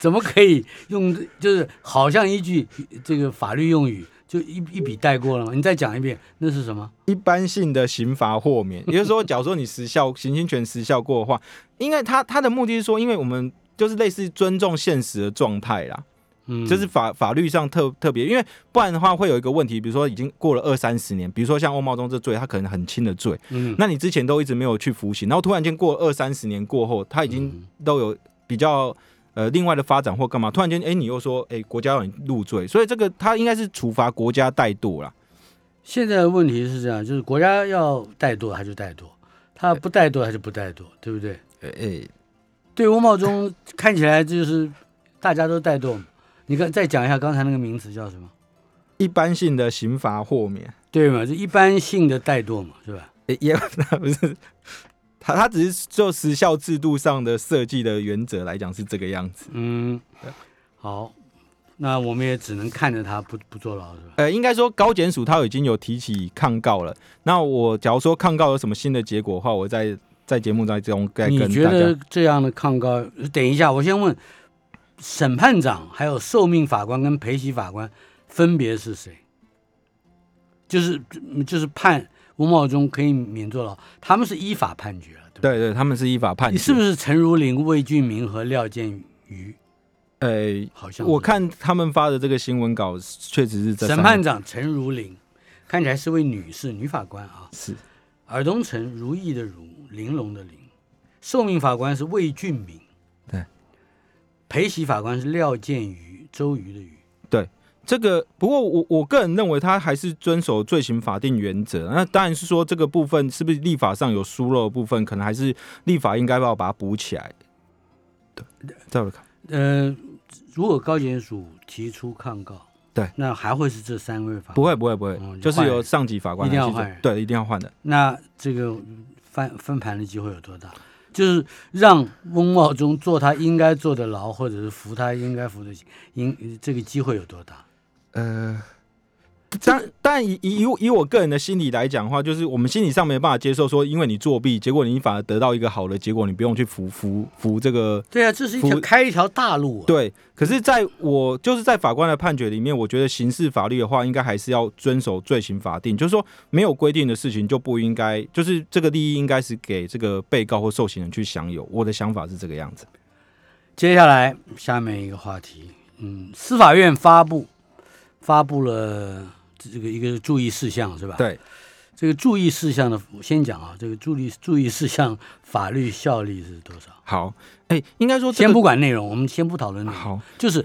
S2: 怎么可以用？就是好像一句这个法律用语就一一笔带过了嘛？你再讲一遍，那是什么？
S3: 一般性的刑罚豁免，也就是说，假如说你时效行刑权时效过的话，因为他他的目的是说，因为我们就是类似尊重现实的状态啦，
S2: 嗯，
S3: 就是法法律上特特别，因为不然的话会有一个问题，比如说已经过了二三十年，比如说像欧茂忠这罪，他可能很轻的罪，
S2: 嗯
S3: 那你之前都一直没有去服刑，然后突然间过二三十年过后，他已
S2: 嗯
S3: 经都有比较呃另外的发展或干嘛，突然间哎、你又说哎、国家让你入罪，所以这个他应该是处罚国家怠惰啦，
S2: 现在的问题是这样，就是国家要怠惰，他就怠惰；他不怠惰，他就不怠惰，对不对？
S3: 哎、
S2: 对翁茂忠看起来就是大家都怠惰嘛。你看，再讲一下刚才那个名词叫什么？
S3: 一般性的刑罚豁免。
S2: 对嘛，就一般性的怠惰嘛，是吧？
S3: 也 也不是，他他只是就时效制度上的设计的原则来讲是这个样子。
S2: 嗯，好，那我们也只能看着他不不坐牢，是吧？
S3: 呃，应该说高检署他已经有提起抗告了。那我假如说抗告有什么新的结果的话，我在在节目当中再跟
S2: 你觉
S3: 大
S2: 得
S3: 家。
S2: 这样的抗告？等一下，我先问审判长，还有受命法官跟陪席法官分别是谁？就是就是判吴茂忠可以免坐牢，他们是依法判决了，对吧？
S3: 对对，他们是依法判决。
S2: 你是不
S3: 是？
S2: 是陈如林、魏俊明和廖建瑜？
S3: 呃，
S2: 好像是
S3: 我看他们发的这个新闻稿，确实是这
S2: 审
S3: 三
S2: 判
S3: 个
S2: 长陈如林看起来是位女士，女法官啊，
S3: 是
S2: 尔东城如意的如，玲珑的玲，受命法官是魏俊明，
S3: 对，
S2: 陪席法官是廖建瑜、周瑜的瑜。
S3: 这个不过我我个人认为，他还是遵守罪行法定原则。那当然是说这个部分是不是立法上有疏漏的部分，可能还是立法应该要把它补起来。对，在我的看，
S2: 呃，如果高检署提出抗告，
S3: 对，
S2: 那还会是这三位法官？
S3: 不会不会不会，
S2: 嗯
S3: 就是由上级法官来
S2: 一定要
S3: 去做
S2: 换人
S3: 对，一定要换的。
S2: 那这个翻翻盘的机会有多大？就是让翁茂忠做他应该做的牢，或者是服他应该服的刑，应这个机会有多大？
S3: 呃，但但以以以我以我个人的心理来讲的话，就是我们心理上没办法接受说，因为你作弊，结果你反而得到一个好的结果，你不用去服服服这个
S2: 对啊，这是一条
S3: 服
S2: 开一条大路、啊。，
S3: 对，可是在我就是在法官的判决里面，我觉得刑事法律的话，应该还是要遵守罪行法定，就是说没有规定的事情就不应该，就是这个利益应该是给这个被告或受刑人去享有。我的想法是这个样子。
S2: 接下来下面一个话题，嗯，司法院发布发布了这个一个注意事项是吧？，
S3: 对，
S2: 这个注意事项的，我先讲啊，这个注意注意事项法律效力是多少？
S3: 好，哎、应该说、这个、
S2: 先不管内容，我们先不讨论内容。
S3: 好，
S2: 就是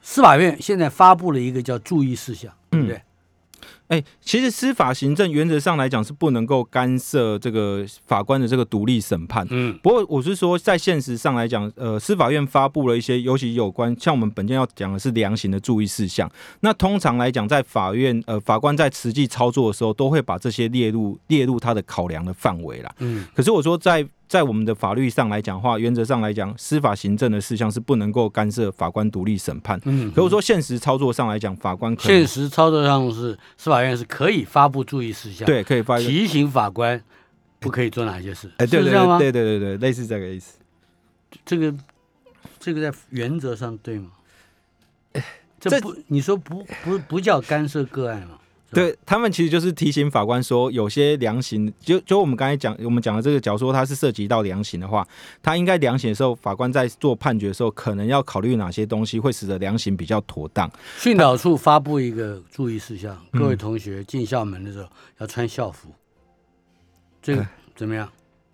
S2: 司法院现在发布了一个叫注意事项，对
S3: 嗯
S2: 不对？
S3: 哎、其实司法行政原则上来讲是不能够干涉这个法官的这个独立审判。
S2: 嗯，
S3: 不过我是说，在现实上来讲，呃，司法院发布了一些，尤其有关像我们本件要讲的是量刑的注意事项。那通常来讲，在法院，呃，法官在实际操作的时候，都会把这些列入列入他的考量的范围啦。
S2: 嗯，
S3: 可是我说在，在我们的法律上来讲的话，原则上来讲，司法行政的事项是不能够干涉法官独立审判。
S2: 嗯
S3: 可我说，现实操作上来讲，法官可
S2: 现
S3: 能
S2: 实操作上是司法院是可以发布注意事项，，
S3: 对可以发一个，
S2: 提醒法官不可以做哪些事，
S3: 哎、对
S2: 是
S3: 对
S2: 这样吗？
S3: 对对对对，类似这个意思。
S2: 这个这个在原则上对吗？这
S3: 哎这
S2: 不，你说不不不叫干涉个案嘛？是吧
S3: 对他们其实就是提醒法官说，有些量刑，就就我们刚才讲，我们讲的这个，假如说他是涉及到量刑的话，他应该量刑的时候，法官在做判决的时候，可能要考虑哪些东西会使得量刑比较妥当。
S2: 训导处发布一个注意事项，
S3: 嗯
S2: 各位同学进校门的时候要穿校服，这个怎么样？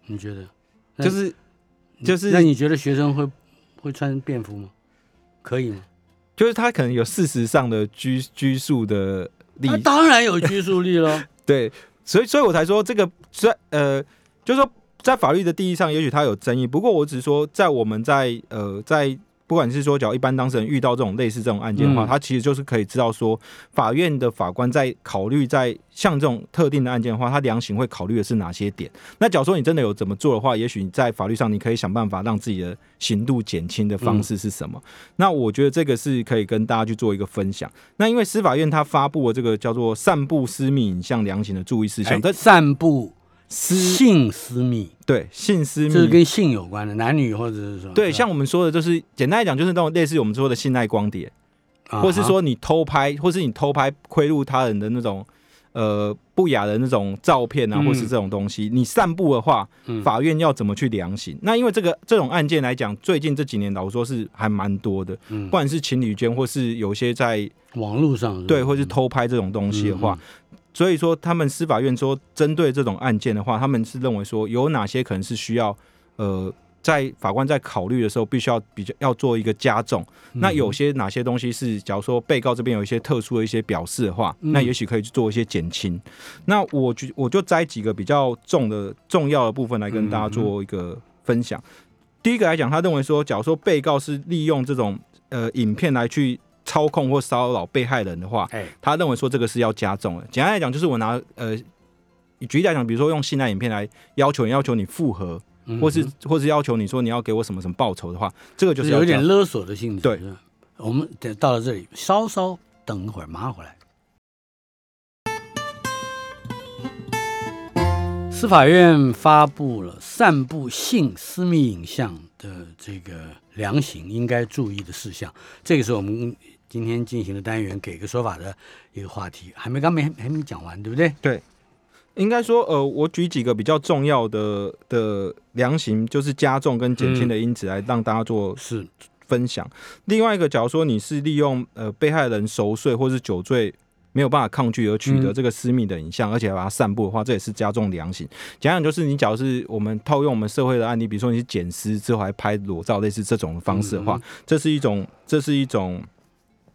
S2: 你觉得？那
S3: 哎就是就是
S2: 那你觉得学生会会穿便服吗？可以吗？
S3: 就是他可能有事实上的拘拘束的力
S2: 那、，啊当然有拘束力 喽。
S3: 对，所以所以我才说这个在呃，就是说在法律的定义上，也许它有争议，不过我只是说在我们在呃在。不管是说，假如一般当事人遇到这种类似这种案件的
S2: 嗯
S3: 话，他其实就是可以知道说，法院的法官在考虑在像这种特定的案件的话，他量刑会考虑的是哪些点。那假如说你真的有怎么做的话，也许你在法律上你可以想办法让自己的刑度减轻的方式是什么。那我觉得这个是可以跟大家去做一个分享。那因为司法院它发布了这个叫做散布私密影像量刑的注意事项，
S2: 哎
S3: 这
S2: 散布
S3: 私
S2: 性私密，
S3: 对性私
S2: 这是
S3: 密
S2: 跟性有关的，男女或者是什么？
S3: 对，
S2: 是吧
S3: 像我们说的，就是简单来讲，就是那种类似我们说的信赖光碟，
S2: 啊
S3: 或是说你偷拍，或是你偷拍窥入他人的那种呃不雅的那种照片啊，
S2: 嗯
S3: 或是这种东西，你散布的话，
S2: 嗯
S3: 法院要怎么去量刑？那因为这个这种案件来讲，最近这几年老实说是还蛮多的，
S2: 嗯
S3: 不管是情侣间，或是有些在
S2: 网络上是吧嗯
S3: 对，或是偷拍这种东西的话，所以说，他们司法院说，针对这种案件的话，他们是认为说有哪些可能是需要，呃，在法官在考虑的时候，必须要比较要做一个加重。那有些哪些东西是，假如说被告这边有一些特殊的一些表示的话，
S2: 嗯
S3: 那也许可以去做一些减轻。那我就我就摘几个比较重的重要的部分来跟大家做一个分享。第一个来讲，他认为说，假如说被告是利用这种呃影片来去操控或骚扰被害人的话，
S2: 哎
S3: 他认为说这个是要加重的。简单来讲，就是我拿呃，举例来讲，比如说用信赖影片来要求你要求你复合，
S2: 嗯
S3: 或是或是要求你说你要给我什么什么报酬的话，这个就
S2: 就是是
S3: 要
S2: 有
S3: 加
S2: 点勒索的性质。
S3: 对
S2: 是吧，我们等到了这里，稍稍等一会儿，马上回来。司法院发布了散布性私密影像的这个量刑应该注意的事项，这个是我们今天进行的单元给个说法的一个话题，还没刚没还没讲完，对不对？
S3: 应该说，呃，我举几个比较重要的的量刑，就是加重跟减
S2: 嗯
S3: 轻的因子来让大家做
S2: 是，
S3: 分享。另外一个，假如说你是利用呃被害人熟睡或是酒醉没有办法抗拒而取
S2: 嗯
S3: 得这个私密的影像，而且还把它散布的话，这也是加重量刑。讲讲就是你，假如是我们套用我们社会的案例，比如说你是捡尸之后还拍裸照，类似这种方式的话，
S2: 嗯
S3: 这是一种，这是一种，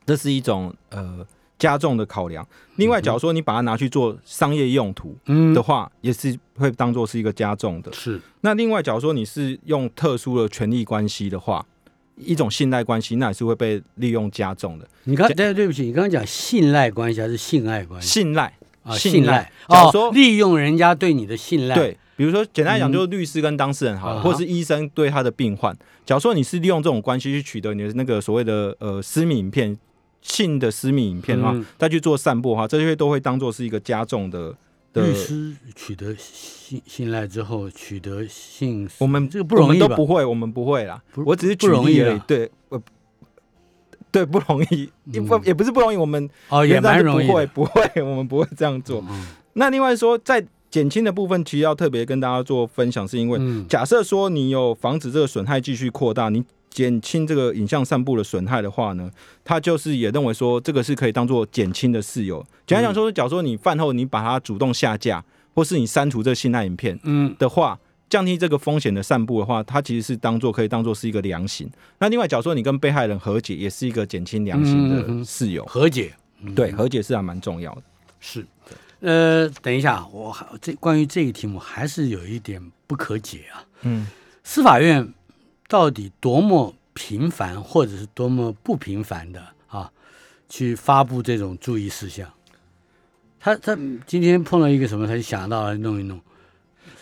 S3: 这是一种呃加重的考量。另外，假如说你把它拿去做商业用途。
S2: 嗯
S3: 的，话，也是会当做是一个加重的。
S2: 是，
S3: 那另外，假如说你是用特殊的权利关系的话，一种信赖关系，那也是会被利用加重的。
S2: 你刚对对不起，你刚刚讲信赖关系还是性爱关系？
S3: 信赖，
S2: 啊，
S3: 信
S2: 信
S3: 赖
S2: 赖
S3: 假如
S2: 哦，
S3: 说
S2: 利用人家对你的信赖，，
S3: 对，比如说简单来讲，
S2: 嗯
S3: 就是律师跟当事人好了，
S2: 啊哈
S3: 或者是医生对他的病患。假如说你是利用这种关系去取得你的那个所谓的呃私密影片、性的私密影片的话，
S2: 嗯
S3: 再去做散播的话，这些都会当做是一个加重的的
S2: 律师取得信信赖之后，取得信，
S3: 我们
S2: 这个不容易
S3: 我们
S2: 吧
S3: 都不会，我们不会啦。
S2: 不
S3: 我只是举
S2: 不容易
S3: 例
S2: 啦
S3: 而已。对，呃，对，不容易，也不、
S2: 嗯
S3: 也不是不容易，我们
S2: 哦也
S3: 原则上
S2: 蛮
S3: 是
S2: 容易
S3: 不会，
S2: 的，
S3: 不会，我们不会这样做。
S2: 嗯
S3: 那另外说，在减轻的部分，其实要特别跟大家做分享，是因为、
S2: 嗯
S3: 假设说你有防止这个损害继续扩大，你减轻这个影像散布的损害的话呢，他就是也认为说这个是可以当做减轻的事由。简单
S2: 嗯
S3: 讲说，假如说你饭后你把它主动下架，或是你删除这个信赖影片。
S2: 嗯
S3: 的话，降低这个风险的散布的话，它其实是当做可以当做是一个良刑。那另外，假如说你跟被害人和解，也是一个减轻良刑
S2: 嗯嗯
S3: 的
S2: 嗯
S3: 事由。
S2: 和解
S3: 对，和解是还蛮重要的。
S2: 是，呃，等一下，我还这关于这个题目还是有一点不可解啊，
S3: 嗯，
S2: 司法院到底多么频繁，或者是多么不频繁的啊，去发布这种注意事项？他他今天碰到一个什么，他就想到了弄一弄。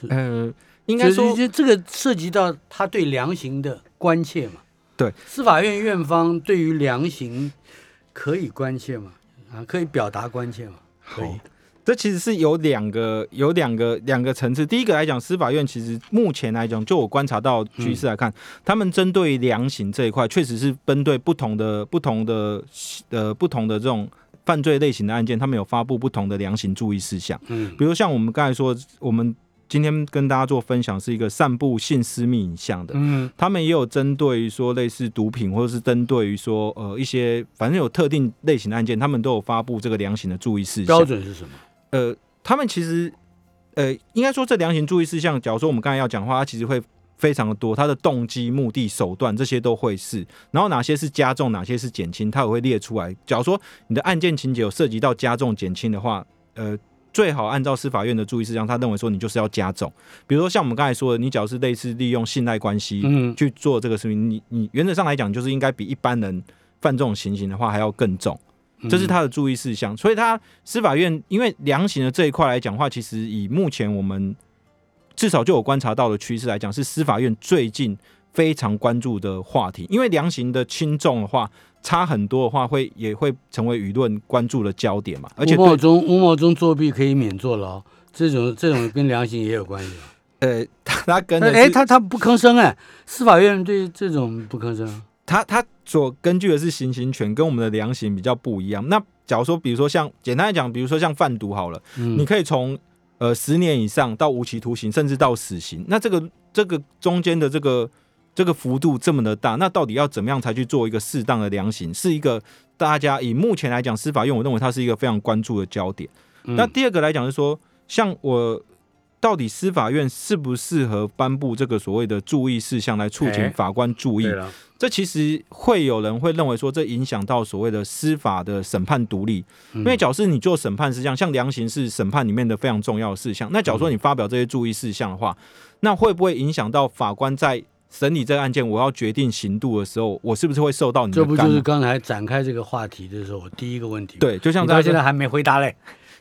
S3: 呃，应该说
S2: 就，是这这个涉及到他对量刑的关切嘛？
S3: 对，
S2: 司法院院方对于量刑可以关切吗？啊，可以表达关切吗？哦可以
S3: 好，这其实是有两个有两个两个层次。第一个来讲，司法院其实目前来讲，就我观察到局势来看，他们针对量刑这一块，确实是针对不同的不同的呃不同的这种犯罪类型的案件，他们有发布不同的量刑注意事项。
S2: 嗯
S3: 比如像我们刚才说，我们今天跟大家做分享是一个散布性私密影像的，
S2: 嗯
S3: 他们也有针对于说类似毒品，或者是针对于说呃一些反正有特定类型的案件，他们都有发布这个量刑的注意事项
S2: 标。准是什么？
S3: 呃，他们其实呃应该说这量刑注意事项，假如说我们刚才要讲的话，它其实会。非常的多，它的动机、目的、手段这些都会是，然后哪些是加重，哪些是减轻，它也会列出来。假如说你的案件情节有涉及到加重、减轻的话，呃，最好按照司法院的注意事项，他认为说你就是要加重。比如说像我们刚才说的，你只要是类似利用信赖关系
S2: 嗯
S3: 去做这个事情，你你原则上来讲就是应该比一般人犯这种情形的话还要更重。
S2: 嗯
S3: 这是他的注意事项。所以他司法院因为量刑的这一块来讲的话，其实以目前我们至少就有观察到的趋势来讲，是司法院最近非常关注的话题。因为量刑的轻重的话，差很多的话会，也会成为舆论关注的焦点嘛。而且
S2: 吴
S3: 对
S2: 茂忠，吴茂忠作弊可以免坐牢，这种这种跟良心也有关系吧？
S3: 呃，他 他跟的是
S2: 哎，他他不吭声哎，司法院对这种不吭声，
S3: 他他所根据的是行刑权，跟我们的量刑比较不一样。那假如说，比如说像简单来讲，比如说像贩毒好了。你
S2: 嗯，
S3: 可以从呃十年以上到无期徒刑，甚至到死刑。那这个这个中间的这个这个幅度这么的大，那到底要怎么样才去做一个适当的量刑？是一个大家以目前来讲，司法院我认为它是一个非常关注的焦点。
S2: 嗯
S3: 那第二个来讲是说，像我到底司法院适不适合颁布这个所谓的注意事项来促
S2: 哎
S3: 请法官注意？
S2: 对了，
S3: 这其实会有人会认为说，这影响到所谓的司法的审判独立，
S2: 嗯
S3: 因为假设你做审判事项，像量刑是审判里面的非常重要的事项，那假
S2: 嗯
S3: 如说你发表这些注意事项的话，那会不会影响到法官在审理这个案件，我要决定刑度的时候，我是不是会受到你的
S2: 这不就
S3: 干
S2: 是
S3: 扰？
S2: 刚才展开这个话题的时候，我第一个问题，，
S3: 对，就像
S2: 你到
S3: 大
S2: 现
S3: 家，
S2: 在还没回答嘞，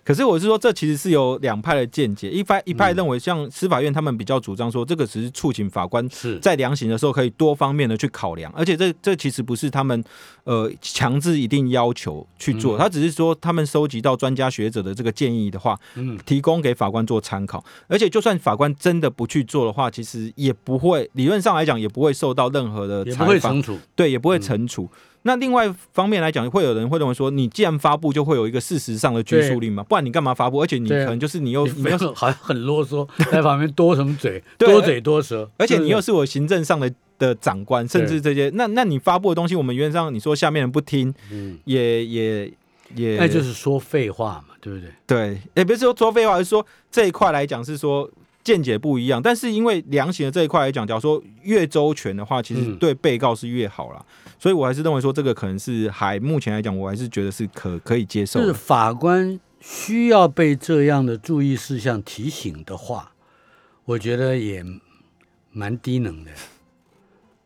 S3: 可是我是说，这其实是有两派的见解，一派一派
S2: 嗯
S3: 认为，像司法院他们比较主张说，这个只是促请法官
S2: 是，
S3: 在量刑的时候可以多方面的去考量，而且这这其实不是他们呃强制一定要求去做，
S2: 嗯
S3: 他只是说他们收集到专家学者的这个建议的话，
S2: 嗯，
S3: 提供给法官做参考。而且就算法官真的不去做的话，其实也不会理论上来讲也不会受到任何的
S2: 也不
S3: 裁
S2: 会
S3: 罚，
S2: 惩处，
S3: 对，也不会
S2: 嗯
S3: 惩处。那另外方面来讲，会有人会认为说，你既然发布，就会有一个事实上的拘束力嘛，不然你干嘛发布？而且你
S2: 对啊
S3: 可能就是你又你
S2: 没
S3: 又
S2: 有，好像很啰 嗦，在旁边多什么嘴，
S3: 对
S2: 多嘴多舌，
S3: 而且你
S2: 对
S3: 又
S2: 不
S3: 是我行政上的的长官，甚至这些，那那你发布的东西，我们原则上你说下面人不听，
S2: 对嗯，
S3: 也也也，
S2: 那就是说废话嘛，对不对？
S3: 对，也不是说说废话，而是说这一块来讲是说见解不一样，但是因为量刑的这一块来讲，假如说越周全的话，其实
S2: 嗯
S3: 对被告是越好啦，所以我还是认为说这个可能是还目前来讲，我还是觉得是可可以接受
S2: 就是
S3: 的。
S2: 法官需要被这样的注意事项提醒的话，我觉得也蛮低能的，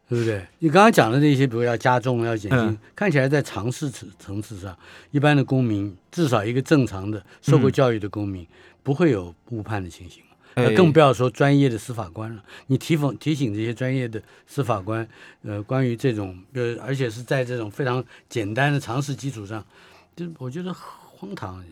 S2: 对不对？你刚刚讲的那些，比如要加重、要减轻，
S3: 嗯
S2: 看起来在常识层层次上，一般的公民，至少一个正常的受
S3: 嗯
S2: 过教育的公民，不会有误判的情形。那
S3: 哎
S2: 呃更不要说专业的司法官了。你提醒提醒这些专业的司法官，呃，关于这种呃，而且是在这种非常简单的常识基础上，就我觉得荒唐。啊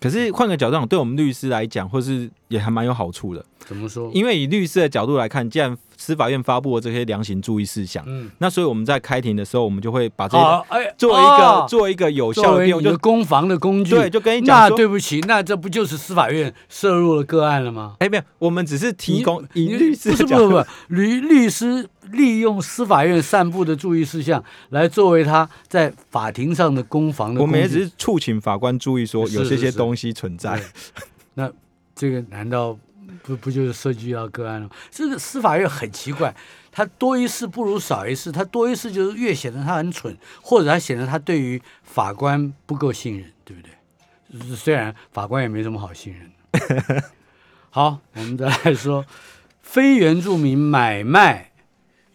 S3: 可是换个角度讲，对我们律师来讲，或是也还蛮有好处的，
S2: 怎么说？
S3: 因为以律师的角度来看，既然司法院发布了这些量刑注意事项。
S2: 嗯，
S3: 那所以我们在开庭的时候，我们就会把这些
S2: 好，哎，
S3: 做一个、
S2: 哦
S3: 做一个有
S2: 作
S3: 效的
S2: 为
S3: 利用，
S2: 你的
S3: 就
S2: 攻防的工具。
S3: 对，就跟你
S2: 那
S3: 讲说，
S2: 对不起，那这不就是司法院涉入了个案了吗？
S3: 哎，没有，我们只是提供
S2: 你
S3: 以律师
S2: 不是
S3: 的
S2: 不
S3: 角
S2: 是
S3: 度，
S2: 不是律律师利用司法院散布的注意事项来作为他在法庭上的攻防的
S3: 我
S2: 工具。
S3: 们也只是促请法官注意说
S2: 是
S3: 有这
S2: 是
S3: 些
S2: 是
S3: 东西存在。
S2: 对那这个难道不不就是涉及到个案了吗？这个司法院很奇怪，他多一事不如少一事，他多一事就是越显得他很蠢，或者他显得他对于法官不够信任，对不对？就是虽然法官也没什么好信任的。好，我们再来说非原住民买卖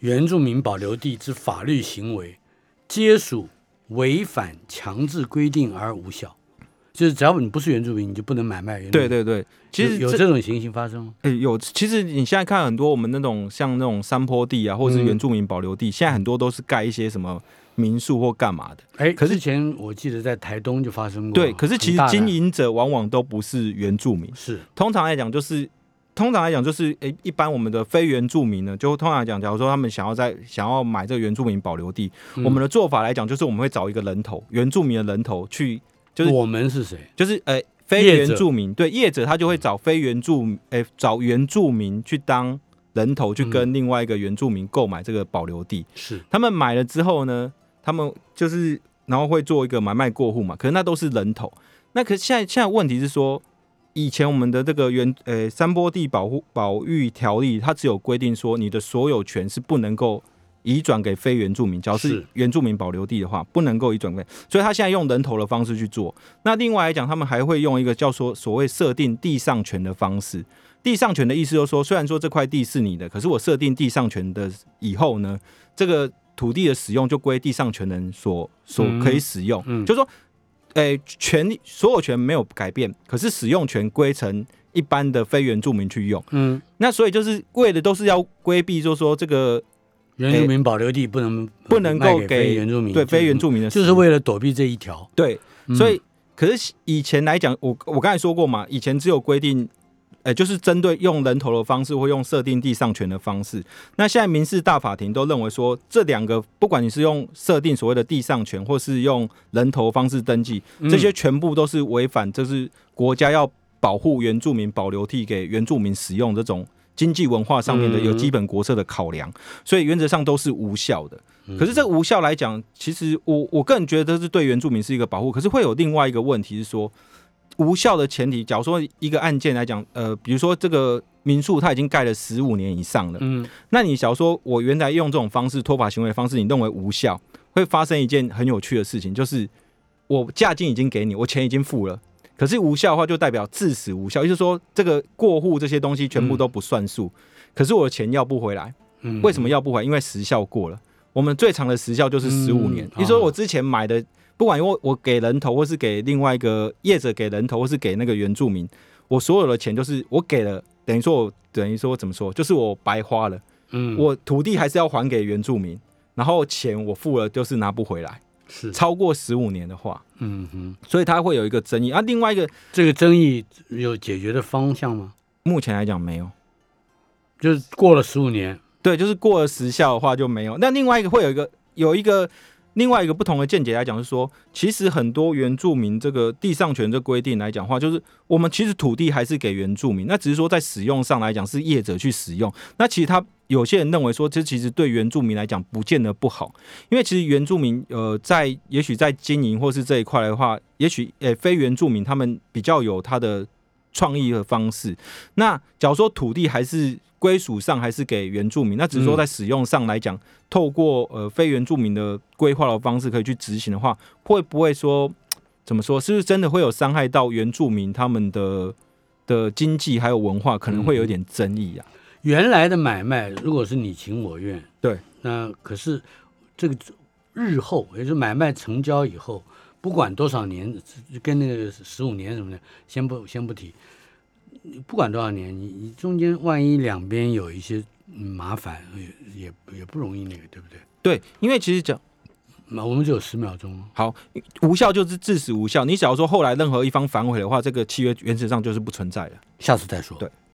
S2: 原住民保留地之法律行为，皆属违反强制规定而无效。就是只要你不是原住民，你就不能买卖原住民
S3: 对对对，其
S2: 有
S3: 实
S2: 有
S3: 这
S2: 这种情形发生吗？
S3: 哎有，其实你现在看很多我们那种像那种山坡地啊，或者是
S2: 嗯
S3: 原住民保留地，现在很多都是盖一些什么民宿或干嘛的。
S2: 哎，
S3: 可是
S2: 之前我记得在台东就发生过，
S3: 对，可是其
S2: 很
S3: 实
S2: 大的
S3: 经营者往往都不是原住民，
S2: 是
S3: 通常来讲就是。通常来讲，就是诶、一般我们的非原住民呢，就通常来讲，假如说他们想要在想要买这个原住民保留地，我们
S2: 的
S3: 的做法来讲，就是我们会找一个人头，原住民的人头去，就是
S2: 我们是谁？
S3: 就是呃非
S2: 业
S3: 原
S2: 者
S3: 住民，对业者他就会找非原住，哎、找原住民去当人头，
S2: 嗯
S3: 去跟另外一个原住民购买这个保留地。
S2: 是
S3: 他们买了之后呢，他们就是然后会做一个买卖过户嘛，可是那都是人头。那可是现在现在问题是说，以前我们的这个原呃山坡地保护保育条例，它只有规定说你的所有权是不能够。移转给非原住民，只要是
S2: 是
S3: 原住民保留地的话，不能够移转给。所以他现在用人头的方式去做。那另外来讲，他们还会用一个叫说所谓设定地上权的方式。地上权的意思就是说，虽然说这块地是你的，可是我设定地上权的以后呢，这个土地的使用就归地上权人所所
S2: 嗯
S3: 可以使用，
S2: 嗯
S3: 就是说，诶、权利所有权没有改变，可是使用权归成一般的非原住民去用。
S2: 嗯，
S3: 那所以就是为了都是要规避，就是说这个
S2: 原住民保留地哎不能
S3: 不能够
S2: 卖
S3: 给
S2: 非原住民，
S3: 对非原住民的使
S2: 就
S3: 用，
S2: 是为了躲避这一条，
S3: 对，
S2: 嗯
S3: 所以可是以前来讲，我我刚才说过嘛，以前只有规定。呃，就是针对用人头的方式，或用设定地上权的方式。那现在民事大法庭都认为说，这两个不管你是用设定所谓的地上权，或是用人头方式登记，
S2: 嗯
S3: 这些全部都是违反，就是国家要保护原住民保留地给原住民使用这种经济文化上面的有基本国策的考量，所以原则上都是无效的。
S2: 嗯
S3: 可是这无效来讲，其实我我个人觉得这是对原住民是一个保护，可是会有另外一个问题是说，无效的前提，假如说一个案件来讲，呃，比如说这个民宿它已经盖了十五年以上了，
S2: 嗯
S3: 那你假如说我原来用这种方式脱法行为的方式，你认为无效，会发生一件很有趣的事情，就是我价金已经给你，我钱已经付了。可是无效的话，就代表致死无效，也就是说，这个过户这些东西全部都不算数。可是我的钱要不回来，
S2: 嗯
S3: 为什么要不还？因为时效过了。我们最长的时效就是十五年。
S2: 嗯
S3: 你、说
S2: 哦
S3: 我之前买的，不管我我给人头，或是给另外一个业者给人头，或是给那个原住民，我所有的钱就是我给了，等于说我等于说怎么说，就是我白花了。
S2: 嗯
S3: 我土地还是要还给原住民，然后钱我付了就是拿不回来。
S2: 是
S3: 超过十五年的话，
S2: 嗯哼，
S3: 所以它会有一个争议。啊，另外一个
S2: 这个争议有解决的方向吗？
S3: 目前来讲没有。
S2: 就是过了十五年，
S3: 对，就是过了时效的话就没有。那另外一个会有一个有一个另外一个不同的见解来讲，是说，其实很多原住民这个地上权这规定来讲的话，就是我们其实土地还是给原住民，那只是说在使用上来讲是业者去使用。那其实他有些人认为说，这其实对原住民来讲不见得不好，因为其实原住民呃在也许在经营或是这一块的话，也许呃非原住民他们比较有他的创意和方式。那假如说土地还是归属上还是给原住民，那只是说在使用上来讲，透过呃非原住民的规划的方式可以去执行的话，会不会说怎么说？是不是真的会有伤害到原住民他们的的经济还有文化，可能会有点争议啊？
S2: 原来的买卖如果是你情我愿，
S3: 对，
S2: 那可是这个日后，也就是买卖成交以后，不管多少年，跟那个十五年什么的，先不先不提，不管多少年，你你中间万一两边有一些嗯麻烦，也也也不容易那个，对不对？
S3: 对，因为其实讲
S2: 那我们只有十秒钟，
S3: 好无效就是致死无效，你假如说后来任何一方反悔的话，这个契约原则上就是不存在了。
S2: 下次再说。
S3: 对